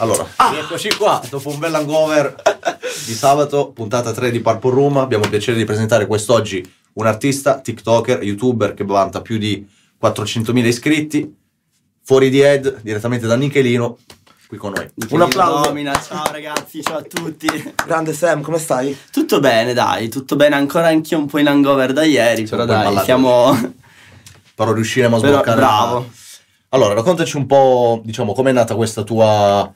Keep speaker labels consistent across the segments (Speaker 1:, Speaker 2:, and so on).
Speaker 1: Allora,
Speaker 2: Ah.
Speaker 1: eccoci qua, dopo un bel hangover di sabato, puntata 3 di Purple Room, abbiamo il piacere di presentare quest'oggi un artista, TikToker, YouTuber che vanta più di 400.000 iscritti, fuori di Ed, direttamente da Nichelino, qui con noi.
Speaker 3: Un applauso.
Speaker 2: Domina, ciao ragazzi, ciao a tutti.
Speaker 3: Grande Sam, come stai?
Speaker 2: Tutto bene, dai, tutto bene. Ancora anch'io un po' in hangover da ieri, però
Speaker 1: Siamo un po'
Speaker 2: dai,
Speaker 1: imballati
Speaker 2: siamo
Speaker 1: Però riusciremo a
Speaker 2: Però-
Speaker 1: sbloccare... la-
Speaker 2: bravo.
Speaker 1: Allora, raccontaci un po', diciamo, com'è nata questa tua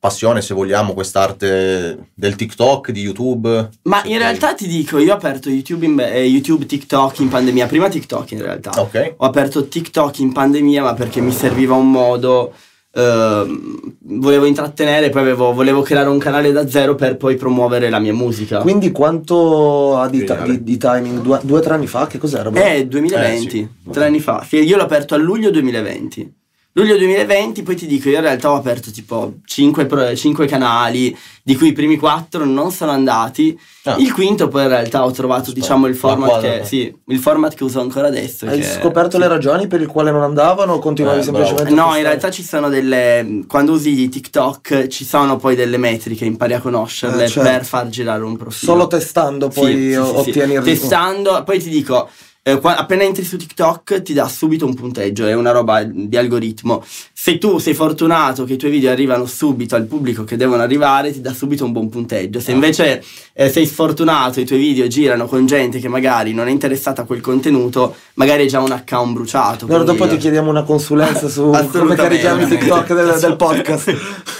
Speaker 1: passione, se vogliamo, quest'arte del TikTok, di YouTube.
Speaker 2: Ma
Speaker 1: Se
Speaker 2: in
Speaker 1: puoi.
Speaker 2: realtà ti dico, io ho aperto YouTube, in- eh, YouTube, TikTok in pandemia, prima TikTok in realtà.
Speaker 1: Ok.
Speaker 2: Ho aperto TikTok in pandemia, ma perché mi serviva un modo ehm, volevo intrattenere, poi avevo- volevo creare un canale da zero per poi promuovere la mia musica.
Speaker 3: Quindi quanto ha di, ta-
Speaker 1: Ah. Geniale.
Speaker 3: di- di timing? Due, due o tre anni fa? Che cos'era? bro?
Speaker 2: Eh, 2020,
Speaker 1: Eh,
Speaker 2: tre anni fa. Sì, Io l'ho aperto a luglio 2020. Luglio 2020, poi ti dico, io in realtà ho aperto tipo 5, canali, di cui i primi 4 non sono andati.
Speaker 1: Ah.
Speaker 2: Il quinto poi in realtà ho trovato,
Speaker 1: Spero.
Speaker 2: diciamo, il
Speaker 1: La
Speaker 2: format,
Speaker 1: quadra.
Speaker 2: che, sì, il format che uso ancora adesso.
Speaker 3: Hai
Speaker 2: che-
Speaker 3: scoperto le ragioni per le quali non andavano o continuavi
Speaker 1: Eh,
Speaker 3: semplicemente a
Speaker 2: No,
Speaker 3: postare?
Speaker 2: in realtà ci sono delle. Quando usi TikTok ci sono poi delle metriche, impari a conoscerle
Speaker 3: Eh, certo.
Speaker 2: per far girare un profilo.
Speaker 3: Solo testando
Speaker 2: Sì,
Speaker 3: poi
Speaker 2: sì, sì,
Speaker 3: o-
Speaker 2: sì.
Speaker 3: ottieni il risultato.
Speaker 2: Testando, poi ti dico. eh, qua- appena entri su TikTok ti dà subito un punteggio, è una roba di algoritmo. Se tu sei fortunato che i tuoi video arrivano subito al pubblico che devono arrivare, ti dà subito un buon punteggio.
Speaker 3: Ah.
Speaker 2: Se invece eh, sei sfortunato, i tuoi video girano con gente che magari non è interessata a quel contenuto, magari è già un account bruciato.
Speaker 3: Allora
Speaker 2: quindi-
Speaker 3: dopo ti chiediamo una consulenza su come
Speaker 2: Assolutamente.
Speaker 3: carichiamo il TikTok del, del podcast.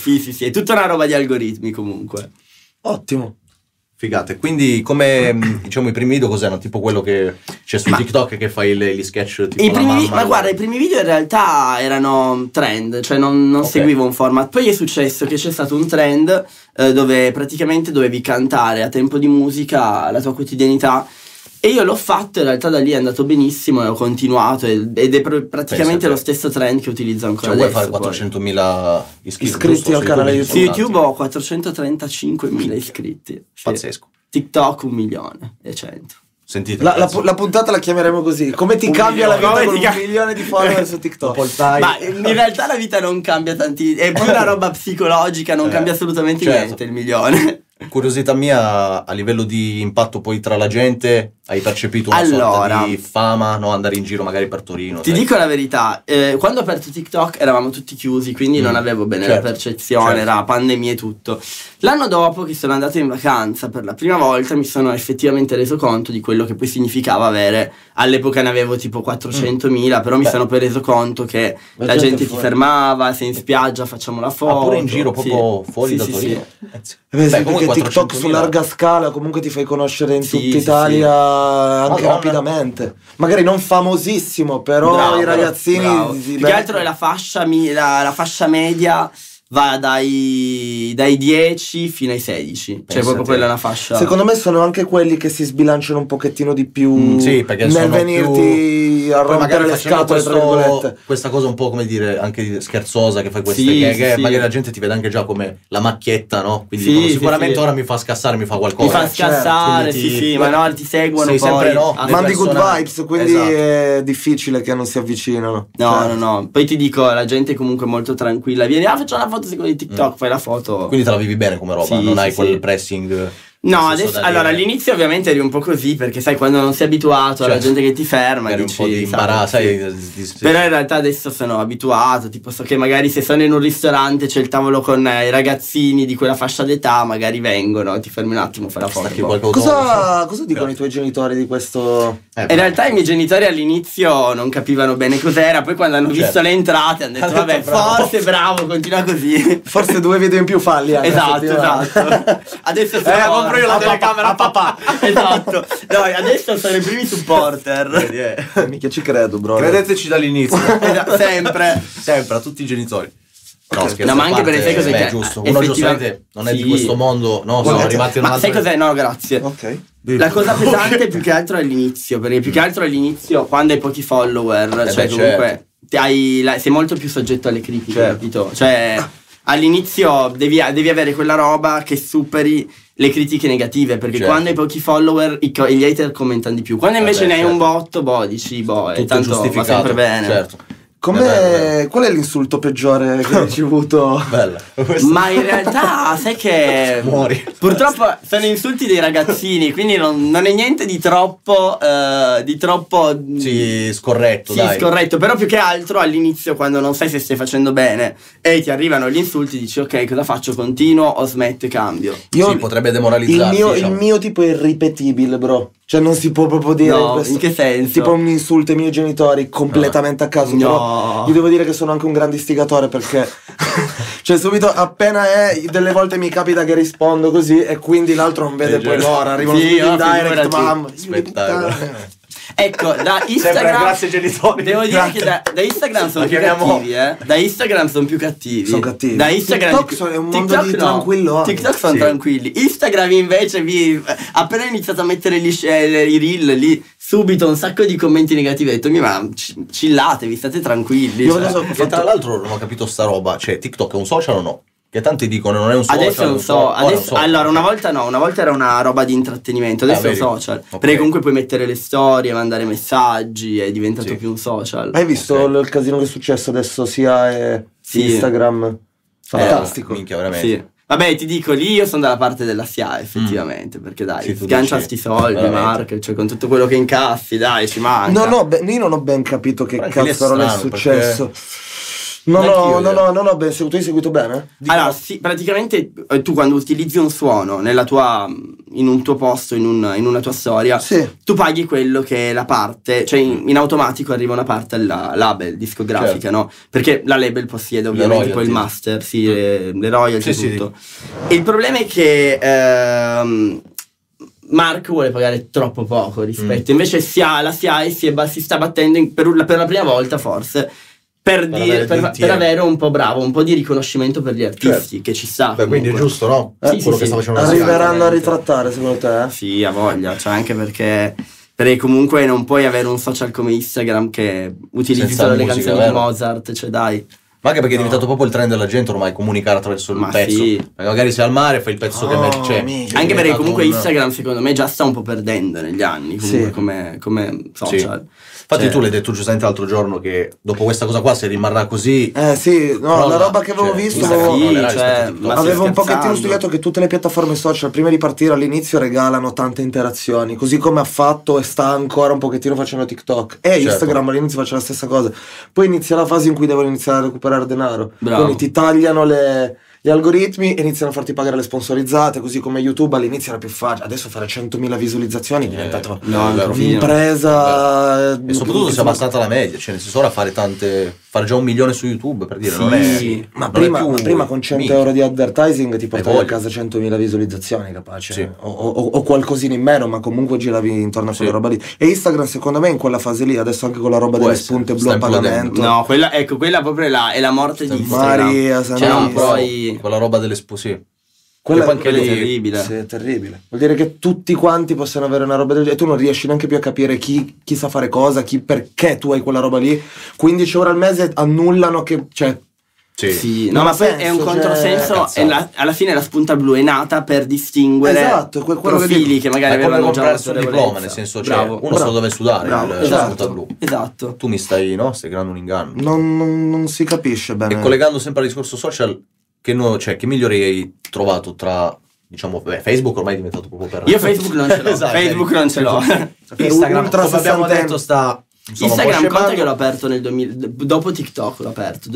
Speaker 2: sì, sì, sì, è tutta una roba di algoritmi comunque.
Speaker 3: Ottimo.
Speaker 1: Figate, quindi come mh, diciamo i primi video cos'erano? Tipo quello che c'è su
Speaker 2: Ma-
Speaker 1: TikTok che fai le- gli sketch tipo
Speaker 2: I
Speaker 1: la
Speaker 2: primi vi-
Speaker 1: mamma.
Speaker 2: ma guarda, i primi video in realtà erano trend, cioè non, non
Speaker 1: Ok.
Speaker 2: seguivo un format. Poi è successo che c'è stato un trend eh, dove praticamente dovevi cantare a tempo di musica la tua quotidianità. E io l'ho fatto, in realtà da lì è andato benissimo e ho continuato. e- Ed è pr-
Speaker 1: Pensa
Speaker 2: praticamente
Speaker 1: a te.
Speaker 2: lo stesso trend che utilizzo ancora
Speaker 1: Cioè vuoi fare
Speaker 2: adesso. poi.
Speaker 1: 400.000 iscritti,
Speaker 3: Iscritti
Speaker 1: giusto?
Speaker 3: al
Speaker 1: Su
Speaker 3: canale
Speaker 1: ci
Speaker 3: YouTube.
Speaker 2: Su
Speaker 1: sono tanti.
Speaker 2: YouTube ho 435.000 iscritti. Sì.
Speaker 1: Pazzesco.
Speaker 2: TikTok un milione e cento.
Speaker 1: Sentite
Speaker 3: La, la
Speaker 1: ragazzi,
Speaker 3: pu- la puntata la chiameremo così. Come ti
Speaker 2: Un
Speaker 3: cambia la vita
Speaker 2: milione.
Speaker 3: con
Speaker 2: Come ti
Speaker 3: un
Speaker 2: ca-
Speaker 3: milione di follower su TikTok?
Speaker 1: Dopo il time.
Speaker 2: Ma in realtà la vita non cambia tanti, è più una roba psicologica, non
Speaker 1: Eh,
Speaker 2: cambia assolutamente
Speaker 1: certo.
Speaker 2: niente il milione.
Speaker 1: Curiosità mia a livello di impatto poi tra la gente, hai percepito una
Speaker 2: Allora.
Speaker 1: sorta di fama, no? andare in giro magari per Torino.
Speaker 2: Ti
Speaker 1: sai?
Speaker 2: dico la verità, eh, quando ho aperto TikTok eravamo tutti chiusi, quindi
Speaker 1: Mm,
Speaker 2: non avevo bene
Speaker 1: certo,
Speaker 2: la percezione,
Speaker 1: certo.
Speaker 2: era pandemia e tutto. L'anno dopo che sono andato in vacanza per la prima volta mi sono effettivamente reso conto di quello che poi significava avere, all'epoca ne avevo tipo 400.000, però mi
Speaker 1: Mm. Beh.
Speaker 2: sono poi reso conto che
Speaker 3: La
Speaker 2: la,
Speaker 3: gente
Speaker 2: gente, si
Speaker 3: fuori.
Speaker 2: fermava, sei in spiaggia, facciamo la foto.
Speaker 1: Ah, pure in giro proprio
Speaker 2: Sì.
Speaker 1: fuori
Speaker 2: Sì,
Speaker 1: da
Speaker 2: sì, sì.
Speaker 1: Torino.
Speaker 3: Eh beh,
Speaker 1: Beh,
Speaker 3: sì,
Speaker 1: comunque
Speaker 3: perché TikTok
Speaker 1: 400.000.
Speaker 3: su larga scala comunque ti fai conoscere in
Speaker 2: Sì,
Speaker 3: tutta
Speaker 2: sì,
Speaker 3: Italia anche
Speaker 1: Madonna.
Speaker 3: rapidamente. Magari non famosissimo, però
Speaker 2: Bravo,
Speaker 3: i ragazzini
Speaker 2: bravo.
Speaker 3: si- si
Speaker 2: più che
Speaker 3: beccano.
Speaker 2: altro è la fascia, mi- la, la fascia media va dai, dai 10 fino ai 16
Speaker 1: Pensa
Speaker 2: cioè proprio
Speaker 1: te.
Speaker 2: quella è la fascia
Speaker 3: Secondo me sono anche quelli che si sbilanciano un pochettino di più
Speaker 1: Mm, sì, perché
Speaker 3: nel
Speaker 1: sono
Speaker 3: venirti
Speaker 1: più-
Speaker 3: a
Speaker 1: Poi
Speaker 3: rompere
Speaker 1: magari
Speaker 3: le
Speaker 1: facendo
Speaker 3: scatole, tra
Speaker 1: questo-
Speaker 3: virgolette.
Speaker 1: Questa cosa un po' come dire anche scherzosa che fai queste
Speaker 2: Sì,
Speaker 1: gag,
Speaker 2: sì,
Speaker 1: eh,
Speaker 2: sì.
Speaker 1: magari la gente ti vede anche già come la macchietta, no? Quindi
Speaker 2: Sì,
Speaker 1: dicono,
Speaker 2: sì,
Speaker 1: sicuramente
Speaker 2: sì.
Speaker 1: ora mi fa scassare, mi fa qualcosa.
Speaker 2: mi fa
Speaker 3: certo,
Speaker 2: scassare sì
Speaker 1: quindi ti-
Speaker 2: sì ma no ti seguono
Speaker 1: Sei
Speaker 2: poi
Speaker 1: sempre no,
Speaker 2: Ah,
Speaker 1: le
Speaker 3: Mandi good
Speaker 1: persone-
Speaker 3: vibes, quindi
Speaker 1: Esatto.
Speaker 3: è difficile che non si avvicinano.
Speaker 2: No,
Speaker 3: Cioè,
Speaker 1: Certo.
Speaker 2: no, no. Poi ti dico, la gente è comunque molto
Speaker 1: Mm.
Speaker 2: tranquilla. Vieni, ah, faccio una foto secondo i TikTok, fai la foto.
Speaker 1: Quindi te la vivi bene come roba,
Speaker 2: Sì,
Speaker 1: non
Speaker 2: sì,
Speaker 1: hai
Speaker 2: sì.
Speaker 1: quel pressing.
Speaker 2: No,
Speaker 1: Nel senso
Speaker 2: adesso,
Speaker 1: da
Speaker 2: allora
Speaker 1: dire-
Speaker 2: all'inizio ovviamente eri un po' così perché sai quando non sei abituato alla
Speaker 1: Cioè,
Speaker 2: gente che ti ferma
Speaker 1: Magari un
Speaker 2: dici,
Speaker 1: po' di
Speaker 2: sai,
Speaker 1: imbarazzo,
Speaker 2: sì.
Speaker 1: sai, di- di-
Speaker 2: Però in realtà adesso sono abituato, tipo so che magari se sono in un ristorante c'è il tavolo con eh, i ragazzini di quella fascia d'età, magari vengono, ti fermi un attimo, fai la
Speaker 1: Stacchi
Speaker 2: foto.
Speaker 1: qualche
Speaker 3: Cosa,
Speaker 1: autografo.
Speaker 3: cosa dicono i tuoi genitori di questo?
Speaker 1: Eh,
Speaker 2: In realtà i miei genitori all'inizio non capivano bene cos'era, poi quando hanno
Speaker 1: Certo.
Speaker 2: visto le entrate hanno detto
Speaker 1: Hanno
Speaker 2: vabbè,
Speaker 1: detto, bravo."
Speaker 2: forse bravo, continua così.
Speaker 3: Forse due video in più falli. anche,
Speaker 2: Esatto,
Speaker 3: effettivamente.
Speaker 2: esatto. Adesso sono
Speaker 3: Eh, compro io la
Speaker 2: a papà,
Speaker 3: telecamera,
Speaker 2: a papà. Esatto. No, adesso sono i primi supporter.
Speaker 1: vedi, eh.
Speaker 3: Mica ci credo, bro.
Speaker 1: Cioè, Credeteci dall'inizio. Eh,
Speaker 2: Esatto, sempre.
Speaker 1: Sempre, a tutti i genitori. Cioè, No, scherzo,
Speaker 2: No, ma
Speaker 1: a
Speaker 2: anche
Speaker 1: parte,
Speaker 2: per le cose
Speaker 1: beh,
Speaker 2: che-
Speaker 1: è giusto. Uno
Speaker 2: effettiva-
Speaker 1: giustamente non è di
Speaker 2: Sì.
Speaker 1: questo mondo, no? Sono
Speaker 3: Guarda,
Speaker 1: arrivati in un
Speaker 2: Ma sai
Speaker 1: altro-
Speaker 2: cos'è? No, grazie.
Speaker 3: Ok.
Speaker 2: La cosa pesante più che altro è all'inizio, perché più che altro all'inizio, quando hai pochi follower,
Speaker 1: Eh
Speaker 2: cioè
Speaker 1: beh,
Speaker 2: comunque
Speaker 1: certo.
Speaker 2: ti hai la- sei molto più soggetto alle critiche,
Speaker 1: Certo.
Speaker 2: capito? Cioè all'inizio devi, devi avere quella roba che superi le critiche negative, perché
Speaker 1: Certo.
Speaker 2: quando hai pochi follower i co- gli hater commentano di più. Quando
Speaker 1: Eh
Speaker 2: invece
Speaker 1: beh,
Speaker 2: ne hai un
Speaker 1: certo.
Speaker 2: botto, boh, dici, boh, e
Speaker 1: Tutto
Speaker 2: tanto va
Speaker 1: giustificato,
Speaker 2: sempre bene.
Speaker 1: Certo. È bello, è
Speaker 3: Com'è, qual è l'insulto peggiore che hai ricevuto?
Speaker 1: Bella. Questa-
Speaker 2: Ma in realtà sai che
Speaker 1: Muori.
Speaker 2: purtroppo sono insulti dei ragazzini, quindi non, non è niente di troppo eh, di troppo
Speaker 1: Sì, scorretto,
Speaker 2: sì,
Speaker 1: dai.
Speaker 2: scorretto, però più che altro all'inizio quando non sai se stai facendo bene e ti arrivano gli insulti dici ok cosa faccio, continuo o smetto e cambio.
Speaker 1: Sì, potrebbe
Speaker 3: il
Speaker 1: demoralizzarti,
Speaker 3: mio,
Speaker 1: diciamo.
Speaker 3: il mio tipo è irripetibile, bro. Cioè, non si può proprio dire
Speaker 2: No,
Speaker 3: questo.
Speaker 2: in che senso?
Speaker 3: Tipo un insulto ai miei genitori completamente a caso.
Speaker 2: No.
Speaker 3: Però io devo dire che sono anche un grande istigatore perché. cioè, subito appena è. Delle volte mi capita che rispondo così e quindi l'altro non vede
Speaker 1: Eh,
Speaker 3: poi
Speaker 1: certo.
Speaker 3: l'ora. Arrivano
Speaker 2: Sì,
Speaker 3: subito in
Speaker 2: no,
Speaker 3: direct,
Speaker 2: figurati.
Speaker 3: mamma.
Speaker 1: Spettacolo.
Speaker 2: Ecco, da Instagram
Speaker 1: grazie ai genitori.
Speaker 2: Devo dire che da, da Instagram sono
Speaker 1: La
Speaker 2: più
Speaker 1: chiamiamo-
Speaker 2: cattivi, eh. Da Instagram sono più cattivi.
Speaker 3: Sono cattivi.
Speaker 2: Da Instagram
Speaker 3: TikTok sono- è un mondo di tranquillo.
Speaker 2: TikTok sono
Speaker 1: Sì.
Speaker 2: tranquilli. Instagram invece vi appena ho iniziato a mettere gli sc- eh, i reel lì subito un sacco di commenti negativi, ho detto "Mi ma c- chillatevi, state tranquilli".
Speaker 3: Io
Speaker 2: cioè.
Speaker 3: voglio so-
Speaker 1: Che tra l'altro non ho capito sta roba, cioè TikTok è un social o no? Che tanti dicono non è un social.
Speaker 2: Adesso
Speaker 1: è un
Speaker 2: non
Speaker 1: social.
Speaker 2: so,
Speaker 1: Ora
Speaker 2: adesso-
Speaker 1: non so.
Speaker 2: allora una volta no, una volta era una roba di intrattenimento, adesso
Speaker 1: Ah,
Speaker 2: è un
Speaker 1: vedi?
Speaker 2: social.
Speaker 1: Ok.
Speaker 2: Perché comunque puoi mettere le storie, mandare messaggi, è diventato
Speaker 1: Sì.
Speaker 2: più un social. Eh,
Speaker 3: Hai visto
Speaker 1: Ok.
Speaker 3: l- il casino che è successo adesso sia eh,
Speaker 2: Sì. Eh,
Speaker 3: Instagram? Fantastico.
Speaker 1: Minchia, veramente. Mm.
Speaker 2: Sì. Vabbè, ti dico, lì io sono dalla parte della SIA, effettivamente, perché dai,
Speaker 1: Sì, tu
Speaker 2: sgancia
Speaker 1: dici,
Speaker 2: sti soldi,
Speaker 1: veramente.
Speaker 2: Mark, cioè con tutto quello che incassi, dai, ci manca.
Speaker 3: No, no, beh, io non ho ben capito che
Speaker 1: Però anche lì è
Speaker 3: cazzo non è
Speaker 1: strano,
Speaker 3: successo. Non
Speaker 1: Neanch'io, eh.
Speaker 3: ho, non,
Speaker 1: io.
Speaker 3: ho, non ho ben seguito. Tu hai seguito bene?
Speaker 2: Allora, sì, praticamente eh, tu quando utilizzi un suono nella tua, in un tuo posto, in, un- in una tua storia,
Speaker 1: Ah.
Speaker 3: Sì.
Speaker 2: tu paghi quello che è la parte, cioè in, in automatico arriva una parte alla label discografica,
Speaker 1: Certo.
Speaker 2: no? Perché la label possiede ovviamente poi il
Speaker 1: royalties.
Speaker 2: master, sì, le, le royalties
Speaker 1: Sì, sì.
Speaker 2: tutto. E il problema è che ehm, Mark vuole pagare troppo poco
Speaker 1: Mm.
Speaker 2: rispetto, invece si ha, la SIAE si, è ba- si sta battendo in- per, un- per la prima volta forse. Per,
Speaker 1: Per
Speaker 2: dire-
Speaker 1: avere il
Speaker 2: per-
Speaker 1: dentiere.
Speaker 2: per avere un po' bravo, un po' di riconoscimento per gli artisti, che ci sta.
Speaker 1: Beh, quindi è
Speaker 2: comunque.
Speaker 1: giusto, no?
Speaker 2: Sì,
Speaker 1: Eh,
Speaker 2: sì,
Speaker 1: quello
Speaker 2: sì.
Speaker 1: che sta facendo la
Speaker 2: Arriva-
Speaker 1: Sky.
Speaker 3: Arriveranno a
Speaker 2: veramente.
Speaker 3: ritrattare, secondo te? eh?
Speaker 2: Sì, ha voglia, cioè anche perché, perché comunque non puoi avere un social come Instagram che utilizzi
Speaker 1: Senza
Speaker 2: solo le
Speaker 1: musica,
Speaker 2: canzoni
Speaker 1: vero?
Speaker 2: di Mozart, cioè dai.
Speaker 1: Ma anche perché
Speaker 2: No.
Speaker 1: è diventato proprio il trend della gente ormai comunicare attraverso il
Speaker 2: Ma
Speaker 1: pezzo.
Speaker 2: sì.
Speaker 1: Perché magari sei al mare, fai il pezzo che
Speaker 3: Oh,
Speaker 1: me- c'è.
Speaker 3: minchia.
Speaker 1: È
Speaker 2: Anche perché
Speaker 1: diventato
Speaker 2: comunque
Speaker 1: un-
Speaker 2: Instagram secondo me già sta un po' perdendo negli anni comunque
Speaker 3: Sì.
Speaker 2: come, come
Speaker 1: Sì.
Speaker 2: social.
Speaker 1: Infatti
Speaker 2: Cioè-
Speaker 1: tu l'hai detto giustamente l'altro giorno che dopo questa cosa qua se rimarrà così...
Speaker 3: Eh sì, no,
Speaker 1: crolla.
Speaker 3: la roba che avevo
Speaker 1: Cioè,
Speaker 3: visto
Speaker 1: Instagram
Speaker 3: avevo-
Speaker 1: crollerà
Speaker 2: Sì,
Speaker 1: rispetto a
Speaker 2: cioè,
Speaker 1: TikTok.
Speaker 2: ma sì,
Speaker 3: Avevo
Speaker 2: scherzando.
Speaker 3: un pochettino studiato che tutte le piattaforme social prima di partire all'inizio regalano tante interazioni, così come ha fatto e sta ancora un pochettino facendo TikTok. E
Speaker 1: Certo.
Speaker 3: Instagram all'inizio faceva la stessa cosa. Poi inizia la fase in cui devono iniziare a recuperare denaro.
Speaker 2: Bravo.
Speaker 3: Quindi ti tagliano le- gli algoritmi e iniziano a farti pagare le sponsorizzate, così come YouTube all'inizio era più facile. Adesso fare 100.000 visualizzazioni è diventato
Speaker 1: Eh, no, è vero.
Speaker 3: un'impresa.
Speaker 1: E soprattutto si è abbassata la media, cioè nel senso ora fare tante. fare già un milione su YouTube per dire,
Speaker 2: Sì,
Speaker 1: non è.
Speaker 2: sì.
Speaker 3: Ma
Speaker 1: Eh, non è
Speaker 3: prima,
Speaker 1: più
Speaker 3: ma prima con 100
Speaker 1: minchia.
Speaker 3: euro di advertising ti portavi a
Speaker 1: voglia.
Speaker 3: casa 100.000 visualizzazioni, capace.
Speaker 1: Sì.
Speaker 3: O, o- o qualcosina in meno, ma comunque giravi intorno a quella
Speaker 1: Sì.
Speaker 3: roba lì. E Instagram, secondo me, in quella fase lì, adesso anche con la roba
Speaker 1: Può
Speaker 3: delle
Speaker 1: essere,
Speaker 3: spunte
Speaker 1: sta
Speaker 3: blu a
Speaker 1: implodendo.
Speaker 3: pagamento.
Speaker 2: No, quella, ecco, quella proprio è la, è la morte di Instagram.
Speaker 3: Maria,
Speaker 2: cioè,
Speaker 3: Santissima.
Speaker 2: non puoi...
Speaker 1: Quella roba delle spo- sì.
Speaker 3: Quella-
Speaker 1: Che poi anche
Speaker 2: quella
Speaker 1: lì-
Speaker 2: è terribile.
Speaker 3: Sì, è terribile. Vuol dire che tutti quanti possono avere una roba del genere e tu non riesci neanche più a capire chi, chi sa fare cosa, chi, perché tu hai quella roba lì. 15 ore al mese annullano che... Cioè,
Speaker 1: Sì.
Speaker 2: Sì, no,
Speaker 3: Non
Speaker 2: ma
Speaker 3: ha
Speaker 2: poi
Speaker 3: senso,
Speaker 2: è un
Speaker 3: cioè,
Speaker 2: controsenso.
Speaker 1: cazzate.
Speaker 2: e la- alla fine la spunta blu è nata per distinguere
Speaker 3: Esatto, è que- quello che
Speaker 2: profili
Speaker 3: dico.
Speaker 2: che, magari
Speaker 1: Ma è come
Speaker 2: avevano già
Speaker 1: comprarsi un
Speaker 2: un'autorevolezza.
Speaker 1: diploma, nel senso, cioè,
Speaker 2: Bravo.
Speaker 1: uno sa dove sudare,
Speaker 2: Bravo,
Speaker 1: il-
Speaker 3: esatto.
Speaker 1: la sputa blu.
Speaker 2: Esatto.
Speaker 1: Tu mi stai, no? eh. Stai creando un inganno.
Speaker 3: non, non- non si capisce bene.
Speaker 1: E collegando sempre al discorso social, che, no- cioè, che migliori hai trovato tra diciamo, beh, Facebook ormai è diventato proprio per...
Speaker 2: Io Facebook non ce l'ho.
Speaker 1: Esatto,
Speaker 2: Facebook non ce l'ho.
Speaker 1: Cioè, Instagram,
Speaker 3: ultra
Speaker 1: come abbiamo
Speaker 3: sessantenne.
Speaker 1: detto, sta... insomma, un po'
Speaker 2: Instagram conta
Speaker 1: scemando.
Speaker 2: che l'ho aperto nel 2000, d- dopo TikTok l'ho aperto,
Speaker 1: Ah,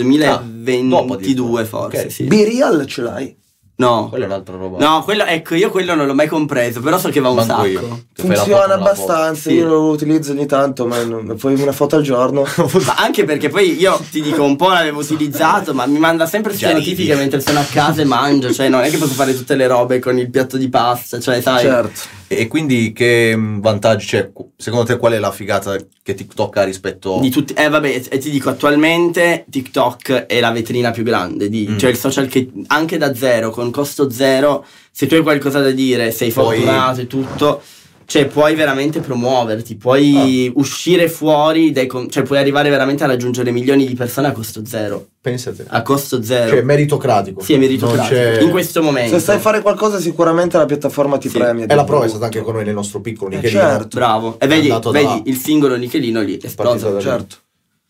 Speaker 2: 2022
Speaker 1: dopo,
Speaker 2: forse,
Speaker 1: ok.
Speaker 2: sì.
Speaker 3: Be real ce l'hai.
Speaker 2: No.
Speaker 1: Quella è un'altra roba.
Speaker 2: No, quello, ecco, io quello non l'ho mai compreso, però so che va un
Speaker 1: Manco
Speaker 2: sacco.
Speaker 1: io. Ti fai la foto,
Speaker 3: Funziona
Speaker 1: non la foto.
Speaker 3: abbastanza,
Speaker 2: Sì.
Speaker 3: io lo utilizzo ogni tanto, ma non- poi una foto al giorno.
Speaker 2: Ma anche perché poi io ti dico un po' l'avevo utilizzato, ma mi manda sempre queste
Speaker 1: Già ridi.
Speaker 2: notifiche mentre sono a casa e mangio, cioè non è che posso fare tutte le robe con il piatto di pasta, cioè sai.
Speaker 3: certo.
Speaker 1: E quindi che mh, vantaggio c'è? Qu- Secondo te qual è la figata che TikTok ha rispetto...
Speaker 2: Di tutti, eh vabbè, e ti dico, attualmente TikTok è la vetrina più grande, di,
Speaker 1: Mm.
Speaker 2: cioè il social che anche da zero, con costo zero, se tu hai qualcosa da dire, sei
Speaker 1: Puoi-
Speaker 2: fortunato e tutto, cioè puoi veramente promuoverti, puoi
Speaker 1: Ah.
Speaker 2: uscire fuori, dai con- cioè puoi arrivare veramente a raggiungere milioni di persone a costo zero.
Speaker 1: Pensate.
Speaker 2: A costo zero.
Speaker 1: Cioè meritocratico.
Speaker 2: Sì, è meritocratico.
Speaker 1: Non c'è-
Speaker 2: In questo momento.
Speaker 3: Se sai fare qualcosa sicuramente la piattaforma ti
Speaker 2: Sì.
Speaker 3: premia.
Speaker 1: E la prova è stata anche con noi nel nostro piccolo
Speaker 3: Eh,
Speaker 1: nichelino.
Speaker 3: certo.
Speaker 2: Bravo. E vedi,
Speaker 1: andato da-
Speaker 2: vedi il singolo Nichelino lì
Speaker 1: È partito
Speaker 2: esplosa.
Speaker 1: da lì.
Speaker 3: certo.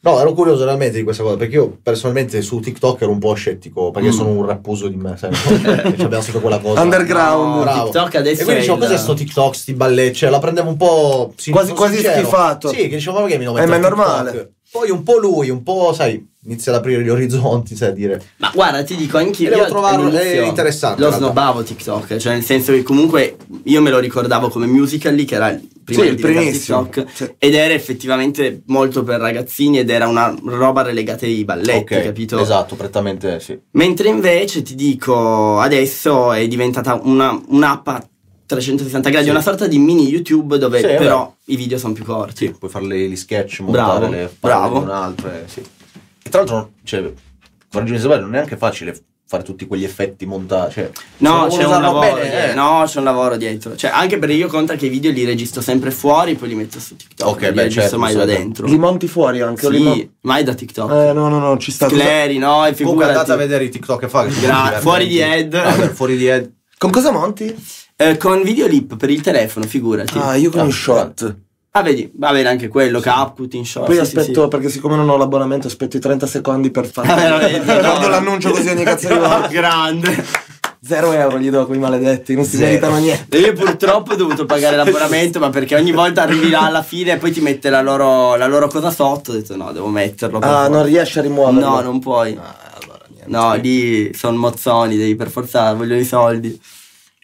Speaker 1: No, ero curioso realmente di questa cosa, perché io personalmente su TikTok ero un po' scettico, perché
Speaker 2: Mm.
Speaker 1: sono un rappuso di me, sai? Cioè, abbiamo sempre quella cosa.
Speaker 3: Underground.
Speaker 1: Bravo.
Speaker 2: TikTok
Speaker 1: E
Speaker 2: adesso
Speaker 1: quindi
Speaker 2: è
Speaker 1: dicevo,
Speaker 2: il-
Speaker 1: cos'è sto TikTok, sti balletti? Cioè, la prendevo un po'... sì,
Speaker 3: Quasi-
Speaker 1: sono
Speaker 3: quasi
Speaker 1: sincero.
Speaker 3: schifato.
Speaker 1: Sì, che dicevo, ma perché mi devo
Speaker 3: Eh,
Speaker 1: mettere
Speaker 3: ma è
Speaker 1: a TikTok?
Speaker 3: normale.
Speaker 1: Poi un po' lui, un po', sai, inizia ad aprire gli orizzonti, sai, a dire...
Speaker 2: Ma guarda, ti dico anch'io.
Speaker 1: Devo
Speaker 2: io
Speaker 1: trovarlo,
Speaker 2: all'inizio
Speaker 1: è interessante,
Speaker 2: Lo
Speaker 1: in realtà.
Speaker 2: snobbavo TikTok, cioè nel senso che comunque io me lo ricordavo come musical lì, che era il primo
Speaker 3: Sì,
Speaker 2: di
Speaker 3: il
Speaker 2: diventare
Speaker 3: primissimo.
Speaker 2: TikTok.
Speaker 3: Sì.
Speaker 2: Ed era effettivamente molto per ragazzini ed era una roba relegata ai balletti, capito?
Speaker 1: Esatto, prettamente sì.
Speaker 2: Mentre invece ti dico, adesso è diventata una, un'app a 360 gradi,
Speaker 1: Sì.
Speaker 2: una sorta di mini YouTube dove
Speaker 1: Sì, è
Speaker 2: però
Speaker 1: vero.
Speaker 2: i video sono più corti.
Speaker 1: Sì, puoi fare le- gli sketch, montare
Speaker 2: Bravo,
Speaker 1: le
Speaker 2: bravo.
Speaker 1: altre, eh, sì. E tra l'altro, cioè, correggimi se sbaglio, non è neanche facile fare tutti quegli effetti montati, cioè,
Speaker 2: No,
Speaker 1: se
Speaker 2: c'è
Speaker 1: uno
Speaker 2: un
Speaker 1: usarlo
Speaker 2: lavoro.
Speaker 1: bene,
Speaker 2: dietro.
Speaker 1: eh.
Speaker 2: No, c'è un lavoro dietro. Cioè, anche perché io conta che i video li registro sempre fuori, poi li metto su TikTok.
Speaker 1: Ok,
Speaker 2: non li
Speaker 1: beh,
Speaker 2: registro
Speaker 1: certo,
Speaker 2: mai da
Speaker 1: sempre.
Speaker 2: dentro.
Speaker 3: Li monti fuori anche. o li mon-
Speaker 2: Sì, mai da TikTok.
Speaker 3: Eh, no, no, no, ci sta. Cosa-
Speaker 2: Cleri, no, e
Speaker 1: Comunque andate a
Speaker 2: figurati.
Speaker 1: vedere i TikTok che fa. che sono
Speaker 2: Gra-
Speaker 1: divertenti.
Speaker 2: fuori di Ed.
Speaker 1: Vabbè, fuori di Ed.
Speaker 3: Con cosa monti?
Speaker 2: Eh, con videolip per il telefono, figurati.
Speaker 3: Ah,
Speaker 2: Ah,
Speaker 3: io con
Speaker 1: Ah,
Speaker 3: un shot.
Speaker 2: vedi, va bene anche quello, CapCut in short.
Speaker 3: Poi
Speaker 2: Ah, sì, sì,
Speaker 3: aspetto,
Speaker 2: sì.
Speaker 3: perché siccome non ho l'abbonamento, aspetto i 30 secondi per
Speaker 2: Ah,
Speaker 3: fare.
Speaker 2: veramente, no.
Speaker 3: Guardo l'annuncio così ogni cazzo di volta.
Speaker 2: Grande.
Speaker 3: Zero euro gli do a quei maledetti, non si
Speaker 1: Zero.
Speaker 3: meritano niente.
Speaker 2: E Io purtroppo ho dovuto pagare l'abbonamento, ma perché ogni volta arrivi là alla fine e poi ti mette la loro, la loro cosa sotto. Ho detto no, devo metterlo. per
Speaker 3: Ah,
Speaker 2: forza.
Speaker 3: non riesci a rimuoverlo.
Speaker 2: No, non puoi.
Speaker 3: Ah, allora niente.
Speaker 2: No, lì sono mozzoni, devi per forza, voglio i soldi.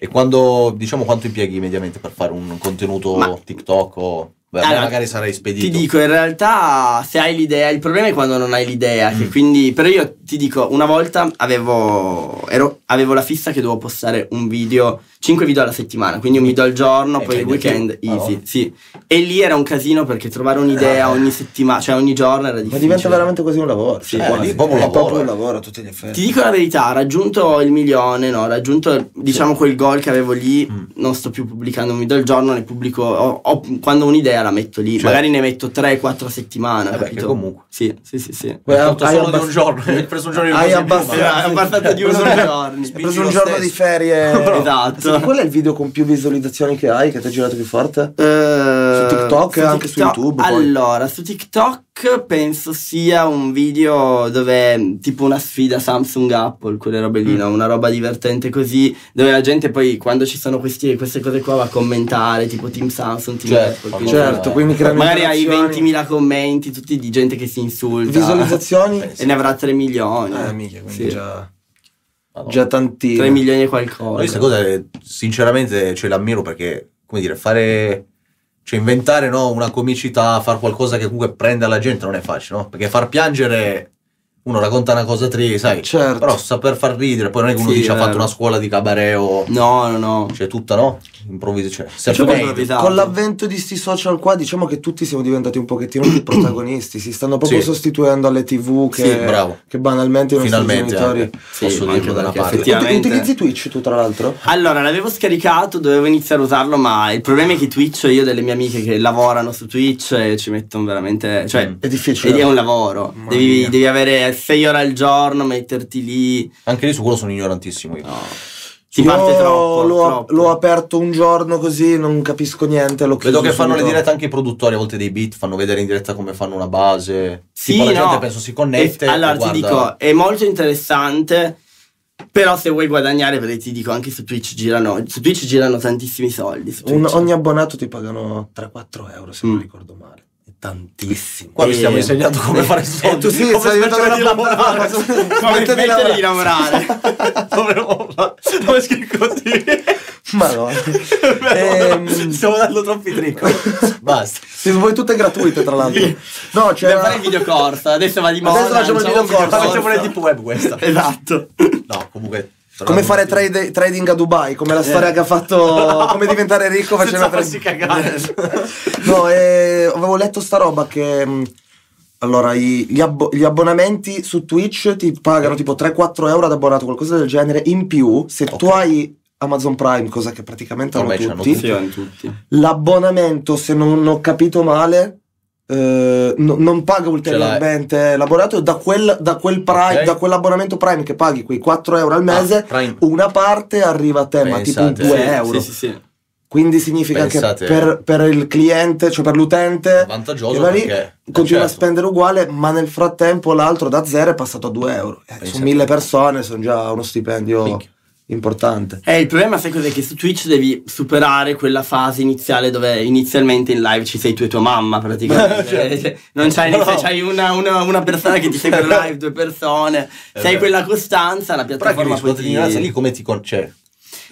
Speaker 1: E quando, diciamo, quanto impieghi mediamente per fare un contenuto
Speaker 2: Ma-
Speaker 1: TikTok o... Beh,
Speaker 2: Allora,
Speaker 1: magari sarai spedito.
Speaker 2: Ti dico, in realtà, se hai l'idea, il problema è quando non hai l'idea.
Speaker 3: Mm.
Speaker 2: che quindi, però io ti dico, una volta avevo, ero- avevo la fissa che dovevo postare un video, 5 video alla settimana, quindi un video al giorno,
Speaker 1: Eh,
Speaker 2: poi il
Speaker 1: impegnativo.
Speaker 2: weekend,
Speaker 3: Ah,
Speaker 2: easy.
Speaker 3: oh.
Speaker 1: Madonna.
Speaker 2: Sì. E lì era un casino perché trovare un'idea ogni settimana, cioè ogni giorno era
Speaker 3: Ma
Speaker 2: difficile.
Speaker 3: diventa veramente così un lavoro.
Speaker 2: Sì,
Speaker 3: cioè,
Speaker 2: eh,
Speaker 3: quasi.
Speaker 1: lì proprio un
Speaker 3: È
Speaker 1: lavoro,
Speaker 3: proprio un
Speaker 1: eh.
Speaker 3: lavoro a tutti gli effetti.
Speaker 2: Ti dico la verità, ha raggiunto il milione, no? Ha raggiunto, diciamo, quel goal che avevo lì.
Speaker 1: Mm.
Speaker 2: Non sto più pubblicando un video al giorno, ne pubblico. ho- ho- quando ho un'idea la metto lì.
Speaker 1: Certo.
Speaker 2: Magari ne metto 3-4 a settimana.
Speaker 1: Eh beh, che
Speaker 2: capito?
Speaker 1: comunque.
Speaker 2: Sì, sì, sì, sì.
Speaker 3: Beh,
Speaker 1: Hai fatto
Speaker 3: hai
Speaker 1: solo di
Speaker 3: abbast-
Speaker 1: un giorno. Hai preso un giorno di
Speaker 3: Hai
Speaker 1: pausa in più,
Speaker 3: abbastanza-
Speaker 1: ma-
Speaker 2: Era abbastanza di uno
Speaker 3: Preso-
Speaker 2: solo giorni.
Speaker 3: Hai
Speaker 1: Spingi
Speaker 3: preso un
Speaker 1: lo
Speaker 3: giorno
Speaker 1: stesso.
Speaker 3: di ferie.
Speaker 2: Esatto.
Speaker 3: Sì, Qual è il video con più visualizzazioni che hai, che ti ha girato più forte?
Speaker 2: Eh,
Speaker 3: Su TikTok e anche su YouTube, poi.
Speaker 2: Allora, su TikTok penso sia un video dove mh, tipo una sfida Samsung Apple, quelle robe lì, no? una roba divertente così, dove la gente poi quando ci sono questi- queste cose qua va a commentare, tipo Team Samsung, Team
Speaker 1: Certo,
Speaker 2: Apple.
Speaker 1: ma
Speaker 2: quindi-
Speaker 3: Certo, quindi creano
Speaker 2: Magari hai
Speaker 3: interazioni.
Speaker 2: 20.000 commenti, tutti di gente che si insulta.
Speaker 3: Visualizzazioni?
Speaker 1: Eh,
Speaker 2: E ne avrà 3 milioni.
Speaker 3: Eh, minchia, quindi
Speaker 2: Sì.
Speaker 3: già,
Speaker 1: Madonna.
Speaker 3: già tantino.
Speaker 2: 3 milioni e
Speaker 1: Ma
Speaker 2: qualcosa.
Speaker 1: io questa cosa, eh, sinceramente, ce l'ammiro perché, come dire, fare. Cioè, inventare no, una comicità, far qualcosa che comunque prenda la gente non è facile, no? Perché far piangere. Uno racconta una cosa triste, sai.
Speaker 3: Certo.
Speaker 1: Però saper far ridere, poi non è che uno
Speaker 2: Sì,
Speaker 1: dice ha
Speaker 2: vero.
Speaker 1: fatto una scuola di cabaret o.
Speaker 2: No, no, no.
Speaker 1: Cioè, tutta, no? Improvviso. Cioè,
Speaker 2: Diciamo
Speaker 1: self-made.
Speaker 2: improvvisato.
Speaker 3: Con l'avvento di sti social qua diciamo che tutti siamo diventati un pochettino più protagonisti, si stanno proprio
Speaker 1: Sì.
Speaker 3: sostituendo alle tv che,
Speaker 1: Sì, bravo.
Speaker 3: che banalmente i nostri
Speaker 1: Finalmente.
Speaker 3: genitori...
Speaker 1: anche.
Speaker 2: Sì,
Speaker 1: Posso
Speaker 2: ma
Speaker 1: dirlo
Speaker 2: anche
Speaker 1: da una
Speaker 2: perché
Speaker 1: parte.
Speaker 2: effettivamente-
Speaker 3: Ut- utilizzi Twitch tu tra l'altro?
Speaker 2: Allora, l'avevo scaricato, dovevo iniziare a usarlo, ma il problema è che Twitch, io ho delle mie amiche che lavorano su Twitch e ci mettono veramente... Cioè,
Speaker 1: Mm.
Speaker 3: È difficile.
Speaker 2: ed è un lavoro.
Speaker 3: Mamma
Speaker 2: Devi,
Speaker 3: mia.
Speaker 2: devi avere 6 ore al giorno, metterti lì.
Speaker 1: Anche lì su quello sono ignorantissimo io.
Speaker 2: No. Si
Speaker 3: Io
Speaker 2: parte troppo.
Speaker 3: L'ho,
Speaker 2: troppo.
Speaker 3: l'ho aperto un giorno così, non capisco niente.
Speaker 2: Ah,
Speaker 3: L'ho
Speaker 1: Vedo
Speaker 3: chiuso
Speaker 1: che fanno le
Speaker 3: subito.
Speaker 1: dirette anche i produttori, a volte dei beat, fanno vedere in diretta come fanno una base.
Speaker 2: Sì,
Speaker 1: tipo la
Speaker 2: no.
Speaker 1: gente penso si connette.
Speaker 2: E-
Speaker 1: e
Speaker 2: allora ti
Speaker 1: guarda-
Speaker 2: dico, è molto interessante. Però se vuoi guadagnare, perché ti dico, anche su Twitch girano, su Twitch girano tantissimi soldi. su
Speaker 3: Un-
Speaker 2: Twitch.
Speaker 3: ogni abbonato ti pagano 3-4 euro se non
Speaker 2: Mm.
Speaker 3: ricordo male. È tantissimo.
Speaker 1: Qua vi stiamo
Speaker 2: Eh,
Speaker 1: insegnando come fare soldi.
Speaker 3: tu sì,
Speaker 1: come
Speaker 3: stai diventando
Speaker 1: smettere di
Speaker 3: una pappa-
Speaker 1: lavorare.
Speaker 2: Come
Speaker 3: Smettete di
Speaker 2: smettere di
Speaker 3: lavorare.
Speaker 2: lavorare.
Speaker 1: Dove- Dove scrivo così?
Speaker 3: Ma no. Ehm,
Speaker 1: Stiamo dando troppi trick. Basta.
Speaker 3: sì, voi tutte gratuite, tra l'altro. No, c'era-
Speaker 2: Devo fare il video corso, adesso va di moda. diciamo,
Speaker 3: Adesso facciamo il
Speaker 2: lanciamo
Speaker 3: video
Speaker 2: un
Speaker 3: corso,
Speaker 1: Facciamo le deep web questa.
Speaker 2: Esatto.
Speaker 1: No, comunque. tra
Speaker 3: Come
Speaker 1: l'altro-
Speaker 3: fare trade- trading a Dubai, come la storia che ha fatto. Come diventare ricco facendo
Speaker 1: Eh. Senza farsi cagare.
Speaker 3: No, eh, avevo letto sta roba che. mh, Allora, i- gli, abbo- gli abbonamenti su Twitch ti pagano tipo 3-4 euro ad abbonato, qualcosa del genere. In più, se tu hai Amazon Prime, cosa che praticamente hanno
Speaker 1: Ormai ce l'hanno
Speaker 3: tutti,
Speaker 1: tutti.
Speaker 2: Sì, tutti.
Speaker 3: l'abbonamento, se non ho capito male, eh, no- non paga ulteriormente l'abbonamento. Da quel, da quel Prime-
Speaker 1: Ok.
Speaker 3: da quell'abbonamento Prime che paghi quei 4 euro al mese,
Speaker 1: Ah, Prime.
Speaker 3: una parte arriva a te, ma tipo un
Speaker 1: Pensate.
Speaker 3: 2 euro.
Speaker 2: Sì, sì, sì.
Speaker 3: Quindi significa
Speaker 1: Pensate.
Speaker 3: che per, per il cliente, cioè per l'utente,
Speaker 1: Vantaggioso
Speaker 3: che va lì,
Speaker 1: perché-
Speaker 3: continua
Speaker 1: certo.
Speaker 3: a spendere uguale, ma nel frattempo l'altro da zero è passato a 2 euro. Eh,
Speaker 1: Pensate.
Speaker 3: sono mille persone, sono già uno stipendio
Speaker 1: Minchia.
Speaker 3: importante.
Speaker 2: Eh, il problema sai cos'è? Che su Twitch devi superare quella fase iniziale dove inizialmente in live ci sei tu e tua mamma praticamente.
Speaker 1: Cioè,
Speaker 2: Cioè, non c'hai,
Speaker 1: no.
Speaker 2: se c'hai una, una- una persona che ti segue in live, due persone.
Speaker 1: È
Speaker 2: Se hai
Speaker 1: vero.
Speaker 2: quella costanza, la
Speaker 1: Però che
Speaker 2: piattaforma poi
Speaker 1: riscontri
Speaker 2: ti...
Speaker 1: di ignoranza lì come ti con- cioè,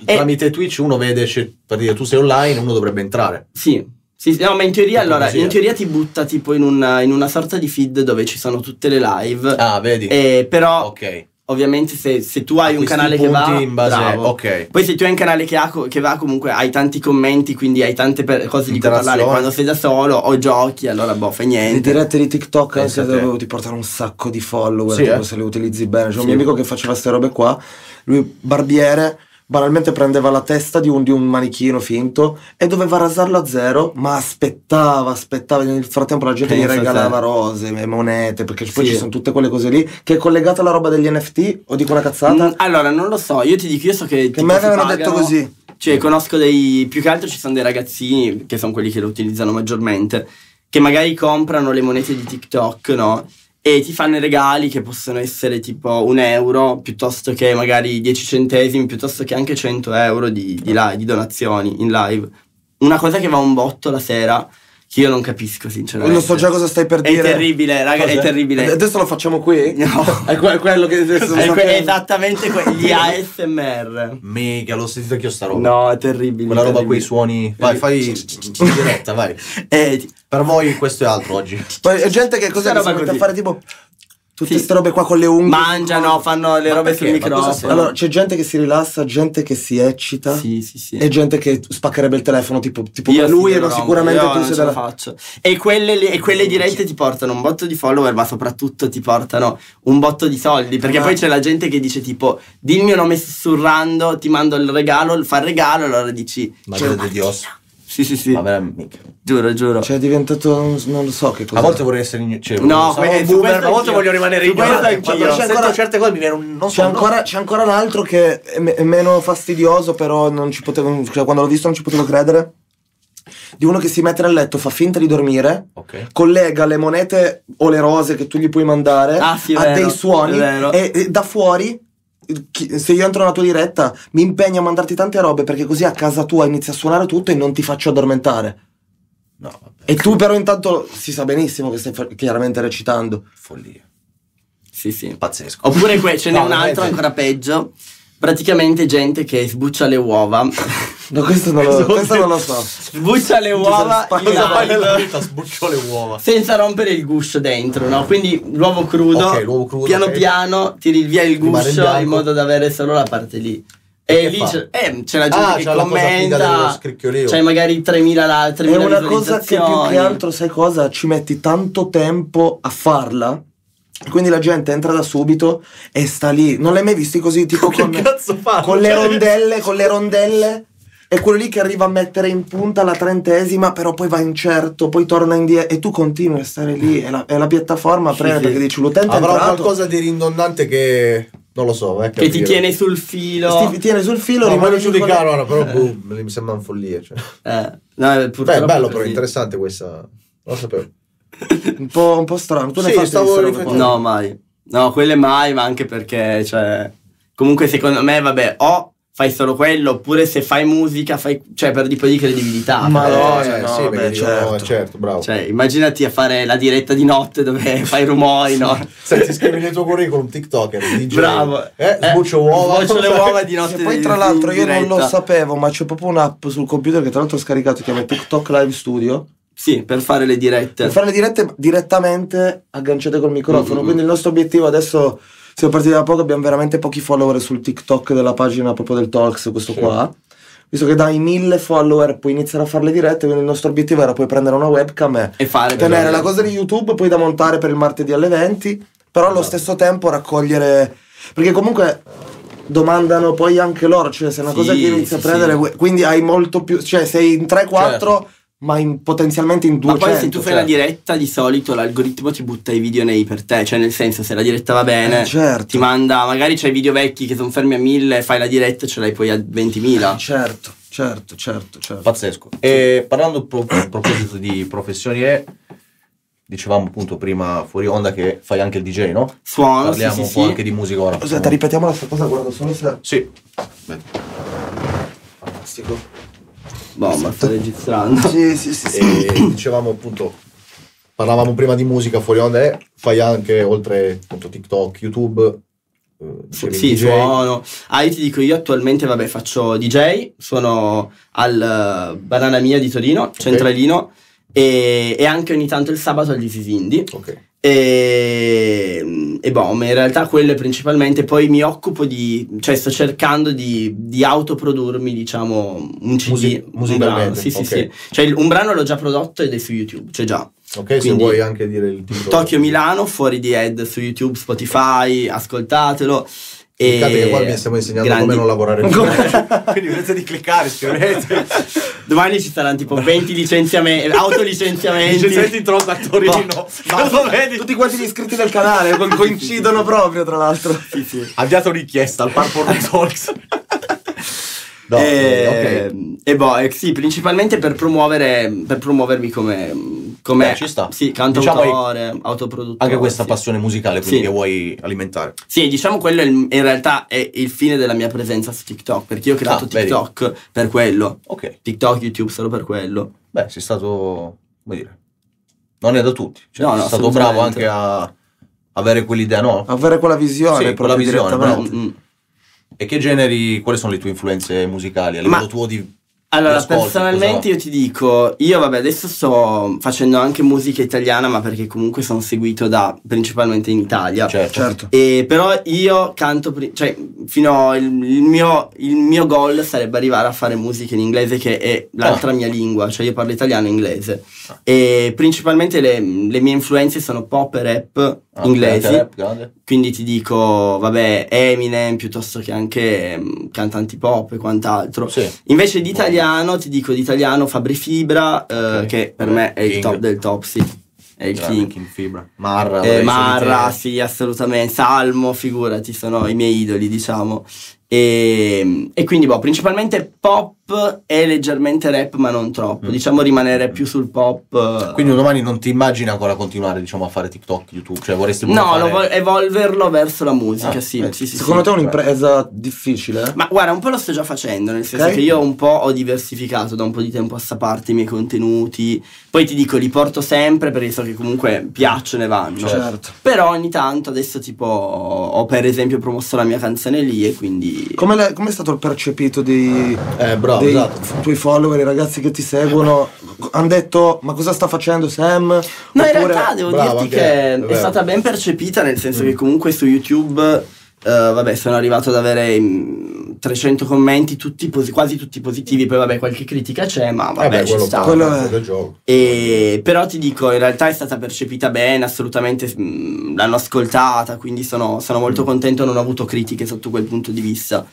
Speaker 2: Eh.
Speaker 1: Tramite Twitch uno vede, c'è- per dire tu sei online, uno dovrebbe entrare.
Speaker 2: Sì. Sì, sì, no, ma in teoria,
Speaker 1: Tipo
Speaker 2: allora,
Speaker 1: così, eh.
Speaker 2: in teoria ti butta tipo in una, in una sorta di feed dove ci sono tutte le live.
Speaker 1: Ah, vedi?
Speaker 2: Eh, però,
Speaker 1: ok.
Speaker 2: ovviamente, se, se tu hai un
Speaker 1: Acquisti
Speaker 2: canale che
Speaker 1: punti
Speaker 2: va.
Speaker 1: in base-
Speaker 2: bravo.
Speaker 1: ok.
Speaker 2: Poi, se tu hai un canale che, ha co- che va, comunque hai tanti commenti, quindi hai tante per- cose di cui parlare.
Speaker 1: Interazione.
Speaker 2: Quando sei da solo o giochi, allora boh, fai
Speaker 3: Le
Speaker 2: niente.
Speaker 3: dirette di TikTok
Speaker 1: Pensa
Speaker 3: anche
Speaker 1: a te.
Speaker 3: dove ti portano un sacco di follower
Speaker 1: Sì,
Speaker 3: tipo,
Speaker 1: eh.
Speaker 3: se le utilizzi bene. C'è un
Speaker 1: Sì.
Speaker 3: mio amico che faceva queste robe qua, lui barbiere, banalmente prendeva la testa di un, di un manichino finto e doveva rasarlo a zero, ma aspettava, aspettava, nel frattempo la gente
Speaker 2: Pensa
Speaker 3: gli
Speaker 2: a te.
Speaker 3: regalava rose, e monete, perché poi
Speaker 2: Sì.
Speaker 3: ci sono tutte quelle cose lì, che è collegata alla roba degli NFT o dico una cazzata?
Speaker 2: Mm, allora, non lo so, io ti dico, io so che.
Speaker 3: Che
Speaker 2: tipo,
Speaker 3: me
Speaker 2: si
Speaker 3: avevano
Speaker 2: pagano-
Speaker 3: detto così.
Speaker 2: Cioè, conosco dei. Più che altro ci sono dei ragazzini che sono quelli che lo utilizzano maggiormente. Che magari comprano le monete di TikTok, no? E ti fanno i regali che possono essere tipo un euro piuttosto che magari 10 centesimi, piuttosto che anche 100 euro di, di li- di donazioni in live. Una cosa che va un botto la sera, che io non capisco, sinceramente.
Speaker 3: Non so già cosa stai per
Speaker 2: È
Speaker 3: dire.
Speaker 2: terribile, raga, è
Speaker 1: Cos'è?
Speaker 2: terribile.
Speaker 3: Adesso lo facciamo qui?
Speaker 2: No.
Speaker 3: È que- quello che adesso
Speaker 2: È esatto,
Speaker 3: sto
Speaker 2: que-
Speaker 3: sapendo.
Speaker 2: esattamente que- gli ASMR.
Speaker 1: Mega, l'ho sentito anch'io sta roba.
Speaker 2: No, è terribile.
Speaker 1: Quella roba
Speaker 2: terribile.
Speaker 1: quei suoni. Vai, fai in diretta, vai.
Speaker 2: Eh, ti-
Speaker 1: Per voi questo è altro oggi.
Speaker 3: Poi è gente che
Speaker 2: Sta
Speaker 3: cos'è che
Speaker 2: roba
Speaker 3: si mette a
Speaker 2: così.
Speaker 3: fare tipo tutte
Speaker 2: Sì.
Speaker 3: queste robe qua con le unghie.
Speaker 2: mangiano, fanno le
Speaker 1: Ma
Speaker 2: robe
Speaker 1: perché?
Speaker 2: sul
Speaker 1: Ma cosa
Speaker 2: microfono.
Speaker 1: serve?
Speaker 3: Allora, c'è gente che si rilassa, gente che si eccita
Speaker 2: sì, sì, sì.
Speaker 3: e gente che spaccherebbe il telefono tipo, tipo
Speaker 2: Io
Speaker 3: lui
Speaker 2: sì,
Speaker 3: e
Speaker 2: lo
Speaker 3: non
Speaker 2: rompo,
Speaker 3: sicuramente
Speaker 2: io
Speaker 3: tu
Speaker 2: non
Speaker 3: sei
Speaker 2: ce la
Speaker 3: dalla
Speaker 2: faccio. E quelle, le- e quelle dirette ti portano un botto di follower, ma soprattutto ti portano un botto di soldi. Perché
Speaker 3: Ma-
Speaker 2: poi c'è la gente che dice: tipo, dimmi il mio nome sussurrando, ti mando il regalo, fa il regalo, allora dici. "Cioè,
Speaker 1: Madre di Dios.
Speaker 2: Sì, sì, sì.
Speaker 1: Ma veramente, mica.
Speaker 2: Giuro, giuro.
Speaker 3: Cioè è diventato non, non lo so che cosa.
Speaker 1: A volte vorrei essere igno- cioè,
Speaker 2: No,
Speaker 1: sono
Speaker 2: que-
Speaker 1: un
Speaker 2: su
Speaker 1: boomer,
Speaker 2: questo
Speaker 1: a volte
Speaker 2: anch'io.
Speaker 1: voglio rimanere
Speaker 2: Su questo
Speaker 1: ignorante.
Speaker 2: anch'io.
Speaker 1: Quando
Speaker 3: C'è
Speaker 1: sento
Speaker 3: ancora-
Speaker 1: certe cose mi viene un non so
Speaker 3: c'è ancora, c'è ancora un altro che è, me- è meno fastidioso, però non ci potevo, cioè, quando l'ho visto non ci potevo credere. Di uno che si mette nel letto, fa finta di dormire,
Speaker 1: Ok.
Speaker 3: collega le monete o le rose che tu gli puoi mandare
Speaker 2: Ah, sì, è
Speaker 3: a
Speaker 2: vero,
Speaker 3: dei suoni
Speaker 2: è vero.
Speaker 3: e, e da fuori. chi- Se io entro nella tua diretta mi impegno a mandarti tante robe perché così a casa tua inizia a suonare tutto e non ti faccio addormentare.
Speaker 1: No, vabbè,
Speaker 3: E tu però intanto si sa benissimo che stai fa- chiaramente recitando.
Speaker 1: follia.
Speaker 2: Sì, sì.
Speaker 1: Pazzesco.
Speaker 2: Oppure que- ce n'è
Speaker 1: No,
Speaker 2: un altro
Speaker 1: veramente.
Speaker 2: ancora peggio. Praticamente gente che sbuccia le uova.
Speaker 3: No, questo non lo, questo non lo so.
Speaker 2: sbuccia le uova in
Speaker 3: Cosa
Speaker 1: Cosa fai
Speaker 2: live
Speaker 1: nella vita? Sbuccio le uova.
Speaker 2: senza rompere il guscio dentro, no? Quindi l'uovo crudo,
Speaker 1: Ok, l'uovo crudo,
Speaker 2: piano
Speaker 1: ok.
Speaker 2: piano tiri via il
Speaker 1: Rimane
Speaker 2: guscio
Speaker 1: bianco.
Speaker 2: in modo da avere solo la parte lì. E,
Speaker 1: che
Speaker 2: lì
Speaker 1: fa?
Speaker 2: c'è, eh, c'è la gente
Speaker 1: Ah,
Speaker 2: che
Speaker 1: c'è la cosa figa dello
Speaker 2: commenta,
Speaker 1: scricchiolio.
Speaker 2: c'hai magari 3000, la, 3000
Speaker 3: È una cosa che più
Speaker 2: visualizzazioni.
Speaker 3: che altro, sai cosa? Ci metti tanto tempo a farla. Quindi la gente entra da subito e sta lì. Non l'hai mai visti così? Tipo
Speaker 1: Che
Speaker 3: con,
Speaker 1: cazzo fanno?
Speaker 3: con le
Speaker 1: Cioè-
Speaker 3: rondelle, con le rondelle. E quello lì che arriva a mettere in punta la trentesima, però poi va incerto, poi torna indietro. E tu continui a stare lì. E la, e la piattaforma
Speaker 2: Sì,
Speaker 3: preme
Speaker 2: sì.
Speaker 3: perché dici l'utente è
Speaker 1: Avrà
Speaker 3: entrato.
Speaker 1: qualcosa di ridondante che non lo so, eh,
Speaker 2: Che ti
Speaker 1: capire.
Speaker 2: tiene sul filo.
Speaker 3: Ti ti tiene sul filo,
Speaker 1: No,
Speaker 3: rimane
Speaker 1: voglio
Speaker 3: su quella-
Speaker 1: giudicare ora, però boh, mi sembra un follia, cioè.
Speaker 2: Eh, no, eh,
Speaker 1: Beh,
Speaker 2: purtroppo
Speaker 1: è bello
Speaker 2: così.
Speaker 1: però, interessante questa. Non lo sapevo.
Speaker 3: Un po', un po' strano. Tu ne
Speaker 1: Sì,
Speaker 3: fai
Speaker 1: stavo
Speaker 3: questa roba qua?
Speaker 1: riflettendo.
Speaker 2: No, mai. No, quelle mai, ma anche perché, cioè, Comunque, secondo me, vabbè, o fai solo quello, oppure se fai musica, fai, cioè perdi un po' di credibilità.
Speaker 3: Ma
Speaker 2: Eh,
Speaker 3: no,
Speaker 2: cioè,
Speaker 3: eh, no,
Speaker 1: sì,
Speaker 3: vabbè,
Speaker 1: perché io-
Speaker 3: certo.
Speaker 1: certo, bravo.
Speaker 2: Cioè, immaginati a fare la diretta di notte dove fai rumori, no?
Speaker 1: Senti, scrivi nel tuo curriculum TikToker, DJ.
Speaker 2: Bravo.
Speaker 1: Eh, sbuccio uova.
Speaker 2: Sbuccio le uova di notte.
Speaker 3: Che poi
Speaker 2: di-
Speaker 3: tra l'altro io
Speaker 2: in
Speaker 3: non lo
Speaker 2: diretta.
Speaker 3: sapevo, ma c'è proprio un'app sul computer che tra l'altro ho scaricato, si chiama TikTok Live Studio,
Speaker 2: Sì, per fare le dirette.
Speaker 3: per fare le dirette direttamente agganciate col microfono.
Speaker 2: Mm.
Speaker 3: Quindi il nostro obiettivo adesso, siamo partiti da poco, abbiamo veramente pochi follower sul TikTok della pagina proprio del Talks, questo
Speaker 1: Sì.
Speaker 3: qua. Visto che dai mille follower puoi iniziare a fare le dirette, quindi il nostro obiettivo era poi prendere una webcam e
Speaker 2: E fare
Speaker 3: tenere
Speaker 2: per-
Speaker 3: la cosa di YouTube poi da montare per il martedì alle 20, però allo stesso tempo raccogliere perché comunque domandano poi anche loro, cioè se è una
Speaker 2: Sì,
Speaker 3: cosa che inizi a
Speaker 2: sì,
Speaker 3: prendere,
Speaker 2: sì.
Speaker 3: quindi hai molto più, cioè sei in 3 4 ma in- potenzialmente in 200.
Speaker 2: Ma poi se tu fai
Speaker 3: cioè.
Speaker 2: la diretta di solito l'algoritmo ti butta i video nei per te, cioè nel senso se la diretta va bene
Speaker 3: Eh, certo.
Speaker 2: ti manda, magari c'hai i video vecchi che sono fermi a 1000, fai la diretta e ce l'hai poi a 20.000.
Speaker 3: Certo, certo, certo, certo.
Speaker 1: Pazzesco. E parlando pro- a proposito di professioni, eh, dicevamo appunto prima fuori onda che fai anche il DJ, no?
Speaker 2: Suono, Ah, sì,
Speaker 1: Parliamo
Speaker 2: sì,
Speaker 1: un
Speaker 2: sì.
Speaker 1: po' anche di musica ora.
Speaker 3: Aspetta, ripetiamo la stessa cosa, guardo solo se
Speaker 1: Sì.
Speaker 3: fantastico.
Speaker 2: Boh, ma
Speaker 3: Esatto.
Speaker 2: sto registrando.
Speaker 3: Sì, sì, sì, sì.
Speaker 1: E dicevamo appunto, parlavamo prima di musica fuori onda, eh, fai anche oltre appunto TikTok, YouTube, eh, dicevi
Speaker 2: Sì,
Speaker 1: DJ.
Speaker 2: suono. Ah, io ti dico, io attualmente, vabbè, faccio DJ, sono al eh, Banana Mia di Torino, centralino, e, e anche ogni tanto il sabato agli Isis Indie.
Speaker 1: Ok.
Speaker 2: E, e boh, ma in realtà quello è principalmente. Poi mi occupo di, cioè sto cercando di, di autoprodurmi, diciamo, un CD.
Speaker 1: Musi-
Speaker 2: un brano.
Speaker 1: musicalmente,
Speaker 2: Sì, sì,
Speaker 1: ok.
Speaker 2: sì. Cioè il- un brano l'ho già prodotto ed è su YouTube, c'è già.
Speaker 1: Ok, se
Speaker 2: Quindi-
Speaker 1: vuoi anche dire il titolo.
Speaker 2: Tokyo Milano, fuori di Ed su YouTube, Spotify, ascoltatelo. E
Speaker 1: Peccato che qua mi stiamo insegnando
Speaker 2: grandi-
Speaker 1: come non lavorare più.
Speaker 3: Quindi invece di cliccare, scrivete.
Speaker 2: Domani ci saranno tipo 20 licenziamenti, autolicenziamenti.
Speaker 1: troppo a
Speaker 3: Tutti quanti gli iscritti del canale co- coincidono proprio, tra l'altro. Sì, sì.
Speaker 1: Abbiate richiesta al Parkour Talks. no,
Speaker 2: e,
Speaker 1: ok.
Speaker 2: e boh, eh, sì, principalmente per promuovere per promuovermi come, come
Speaker 1: Beh, ci sta.
Speaker 2: Sì,
Speaker 1: Diciamo
Speaker 2: cantautore, autoproduttore.
Speaker 1: Anche questa
Speaker 2: sì.
Speaker 1: passione musicale quindi
Speaker 2: Sì.
Speaker 1: che vuoi alimentare.
Speaker 2: Sì, diciamo quello è il- in realtà è il fine della mia presenza su TikTok, perché io ho creato
Speaker 1: Ah, vedi.
Speaker 2: TikTok per quello.
Speaker 1: Ok.
Speaker 2: TikTok, YouTube solo per quello.
Speaker 1: Beh, sei stato, come dire, non è da tutti. Cioè,
Speaker 2: No, no,
Speaker 1: sei stato bravo
Speaker 2: assolutamente.
Speaker 1: anche a avere quell'idea, no?
Speaker 3: Avere quella visione,
Speaker 1: Sì,
Speaker 3: proprio
Speaker 1: quella visione,
Speaker 3: direttamente.
Speaker 1: bravo.
Speaker 2: Mm, mm.
Speaker 1: E che generi, quali sono le tue influenze musicali? A livello
Speaker 2: Ma-
Speaker 1: tuo di...
Speaker 2: Allora,
Speaker 1: l'ascolto,
Speaker 2: personalmente
Speaker 1: cosa-
Speaker 2: io ti dico, io vabbè adesso sto facendo anche musica italiana, ma perché comunque sono seguito da principalmente in Italia.
Speaker 1: Certo.
Speaker 3: Certo.
Speaker 2: E però io canto, pri- cioè, fino il, il mio, il mio goal sarebbe arrivare a fare musica in inglese, che è
Speaker 1: Ah.
Speaker 2: l'altra mia lingua, cioè io parlo italiano e inglese. E principalmente le, le mie influenze sono pop e rap
Speaker 1: Ah,
Speaker 2: Certo. inglesi.
Speaker 1: rap, grande.
Speaker 2: Quindi ti dico, vabbè, Eminem piuttosto che anche mm, cantanti pop e quant'altro.
Speaker 1: Sì.
Speaker 2: Invece di italiano, ti dico di italiano Fabri Fibra, eh,
Speaker 1: Ok.
Speaker 2: che per me è il
Speaker 1: King.
Speaker 2: top del top, sì. È il
Speaker 1: Grande,
Speaker 2: king.
Speaker 1: King Fibra. Marra.
Speaker 2: Eh,
Speaker 1: vabbè,
Speaker 2: Marra,
Speaker 1: solite-
Speaker 2: sì, assolutamente. Salmo, figurati, sono i miei idoli, diciamo. E, e quindi, boh, principalmente pop e leggermente rap, ma non troppo.
Speaker 1: Mm.
Speaker 2: Diciamo rimanere più sul pop. eh.
Speaker 1: Quindi un domani non ti immagini ancora continuare, diciamo, a fare TikTok, YouTube? Cioè vorresti...
Speaker 2: no,
Speaker 1: fare-
Speaker 2: lo vo- evolverlo verso la musica,
Speaker 1: Ah,
Speaker 2: sì,
Speaker 1: eh,
Speaker 2: sì, sì,
Speaker 3: Secondo
Speaker 2: sì.
Speaker 3: te è un'impresa difficile? eh?
Speaker 2: Ma guarda, un po' lo sto già facendo, nel senso
Speaker 3: Ok.
Speaker 2: che io un po' ho diversificato da un po' di tempo a sta parte i miei contenuti. Poi ti dico, li porto sempre perché so che comunque piacciono e vanno.
Speaker 3: certo.
Speaker 2: Però ogni tanto adesso tipo ho per esempio promosso la mia canzone lì e quindi...
Speaker 3: Come, le- come è stato il percepito dei,
Speaker 1: Eh, bravo,
Speaker 3: dei
Speaker 1: esatto.
Speaker 3: f- tuoi follower, i ragazzi che ti seguono? Hanno detto, ma cosa sta facendo Sam?
Speaker 2: No, in
Speaker 3: Oppure-
Speaker 2: realtà devo
Speaker 1: Brava,
Speaker 2: dirti
Speaker 1: anche-
Speaker 2: che
Speaker 1: è
Speaker 2: è,
Speaker 1: vero. Mm.
Speaker 2: stata ben percepita, nel senso che comunque su YouTube, eh, vabbè, sono arrivato ad avere mm, 300 commenti, tutti posi- quasi tutti positivi, poi vabbè qualche critica c'è, ma
Speaker 1: Vabbè,
Speaker 2: vabbè ci
Speaker 1: Eh quello
Speaker 2: sta.
Speaker 1: fa
Speaker 3: Quello
Speaker 1: parte
Speaker 3: è-
Speaker 1: del gioco.
Speaker 2: E- però ti dico, in realtà è stata percepita bene, assolutamente mm, l'hanno ascoltata, quindi sono, sono
Speaker 3: Mm.
Speaker 2: molto contento, non ho avuto critiche sotto quel punto di vista.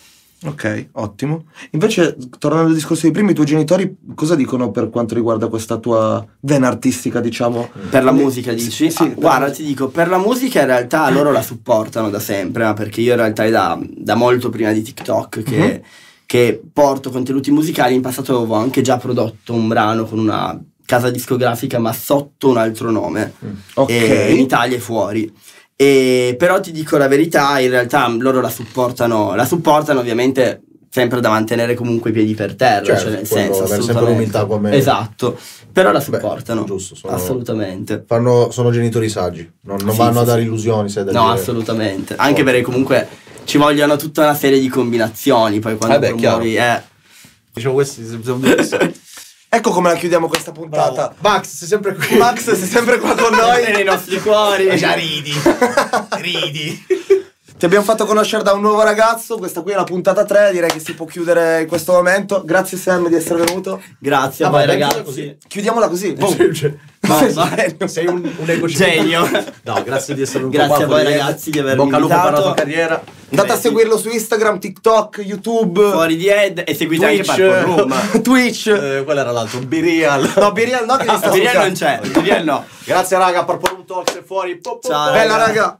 Speaker 3: Ok, ottimo. Invece, tornando al discorso dei primi, i tuoi genitori cosa dicono per quanto riguarda questa tua vena artistica, diciamo?
Speaker 2: Per la
Speaker 3: Quindi-
Speaker 2: musica dici?
Speaker 3: Sì, sì,
Speaker 2: Ah,
Speaker 3: per- Mm.
Speaker 2: guarda, ti dico, per la musica in realtà loro la supportano da sempre, ma perché io in realtà è da, da molto prima di TikTok che,
Speaker 3: Mhm.
Speaker 2: che porto contenuti musicali, in passato avevo anche già prodotto un brano con una
Speaker 3: Mm.
Speaker 2: casa discografica ma sotto un altro nome,
Speaker 3: Ok.
Speaker 2: e in Italia e fuori. E, però ti dico la verità, in realtà loro la supportano, la supportano ovviamente sempre da mantenere comunque i piedi per terra,
Speaker 1: Certo,
Speaker 2: cioè nel
Speaker 1: quello,
Speaker 2: senso...
Speaker 1: avere sempre
Speaker 2: assolutamente.
Speaker 1: l'umiltà come-
Speaker 2: Esatto, però la
Speaker 1: Beh,
Speaker 2: supportano.
Speaker 1: giusto, sono-
Speaker 2: Assolutamente.
Speaker 1: Fanno- sono genitori saggi, non, non
Speaker 2: Sì,
Speaker 1: vanno
Speaker 2: sì,
Speaker 1: a dare
Speaker 2: sì.
Speaker 1: illusioni. Se è da
Speaker 2: No,
Speaker 1: dire.
Speaker 2: assolutamente. Anche
Speaker 1: Forte.
Speaker 2: perché comunque ci vogliono tutta una serie di combinazioni, poi quando
Speaker 1: Eh beh,
Speaker 2: promuovi... Eh,
Speaker 1: Diciamo questi sono bellissimi.
Speaker 3: Ecco come la chiudiamo questa puntata.
Speaker 1: Bravo. Max, sei sempre qui.
Speaker 3: Max, sei sempre qua con
Speaker 2: noi nei
Speaker 3: noi.
Speaker 2: nostri cuori.
Speaker 1: ridi. ridi.
Speaker 3: Ti abbiamo fatto conoscere da un nuovo ragazzo. Questa qui è la puntata 3. Direi che si può chiudere in questo momento. Grazie, Sam, di essere venuto.
Speaker 2: Grazie,
Speaker 1: Ah,
Speaker 2: a
Speaker 1: ma
Speaker 2: voi
Speaker 1: penso
Speaker 2: ragazzi.
Speaker 1: così.
Speaker 3: Chiudiamola così. boom.
Speaker 1: Cioè,
Speaker 2: Vai,
Speaker 3: Sei
Speaker 2: vai.
Speaker 1: Sei un, un egocista.
Speaker 2: Genio.
Speaker 1: No, grazie di essere venuto
Speaker 2: Grazie
Speaker 1: qua,
Speaker 2: a voi
Speaker 1: Corriere.
Speaker 2: ragazzi di avermi
Speaker 1: Bocca al lupo per la
Speaker 2: invitato.
Speaker 1: tua carriera.
Speaker 3: Andate a
Speaker 2: Beh,
Speaker 3: seguirlo su Instagram, TikTok, YouTube,
Speaker 2: Fuori di Ed e seguite
Speaker 1: Twitch.
Speaker 2: anche Purple Room.
Speaker 3: Twitch.
Speaker 1: Eh, quello era l'altro, Birial.
Speaker 3: No, Birial no che gli sta
Speaker 2: Biriel non
Speaker 3: sul
Speaker 2: c'è, Biriel no.
Speaker 1: Grazie raga, Purple Room Talks è fuori. Po, po,
Speaker 2: Ciao,
Speaker 1: po.
Speaker 3: cazzo. Bella raga.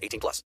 Speaker 4: 18 plus.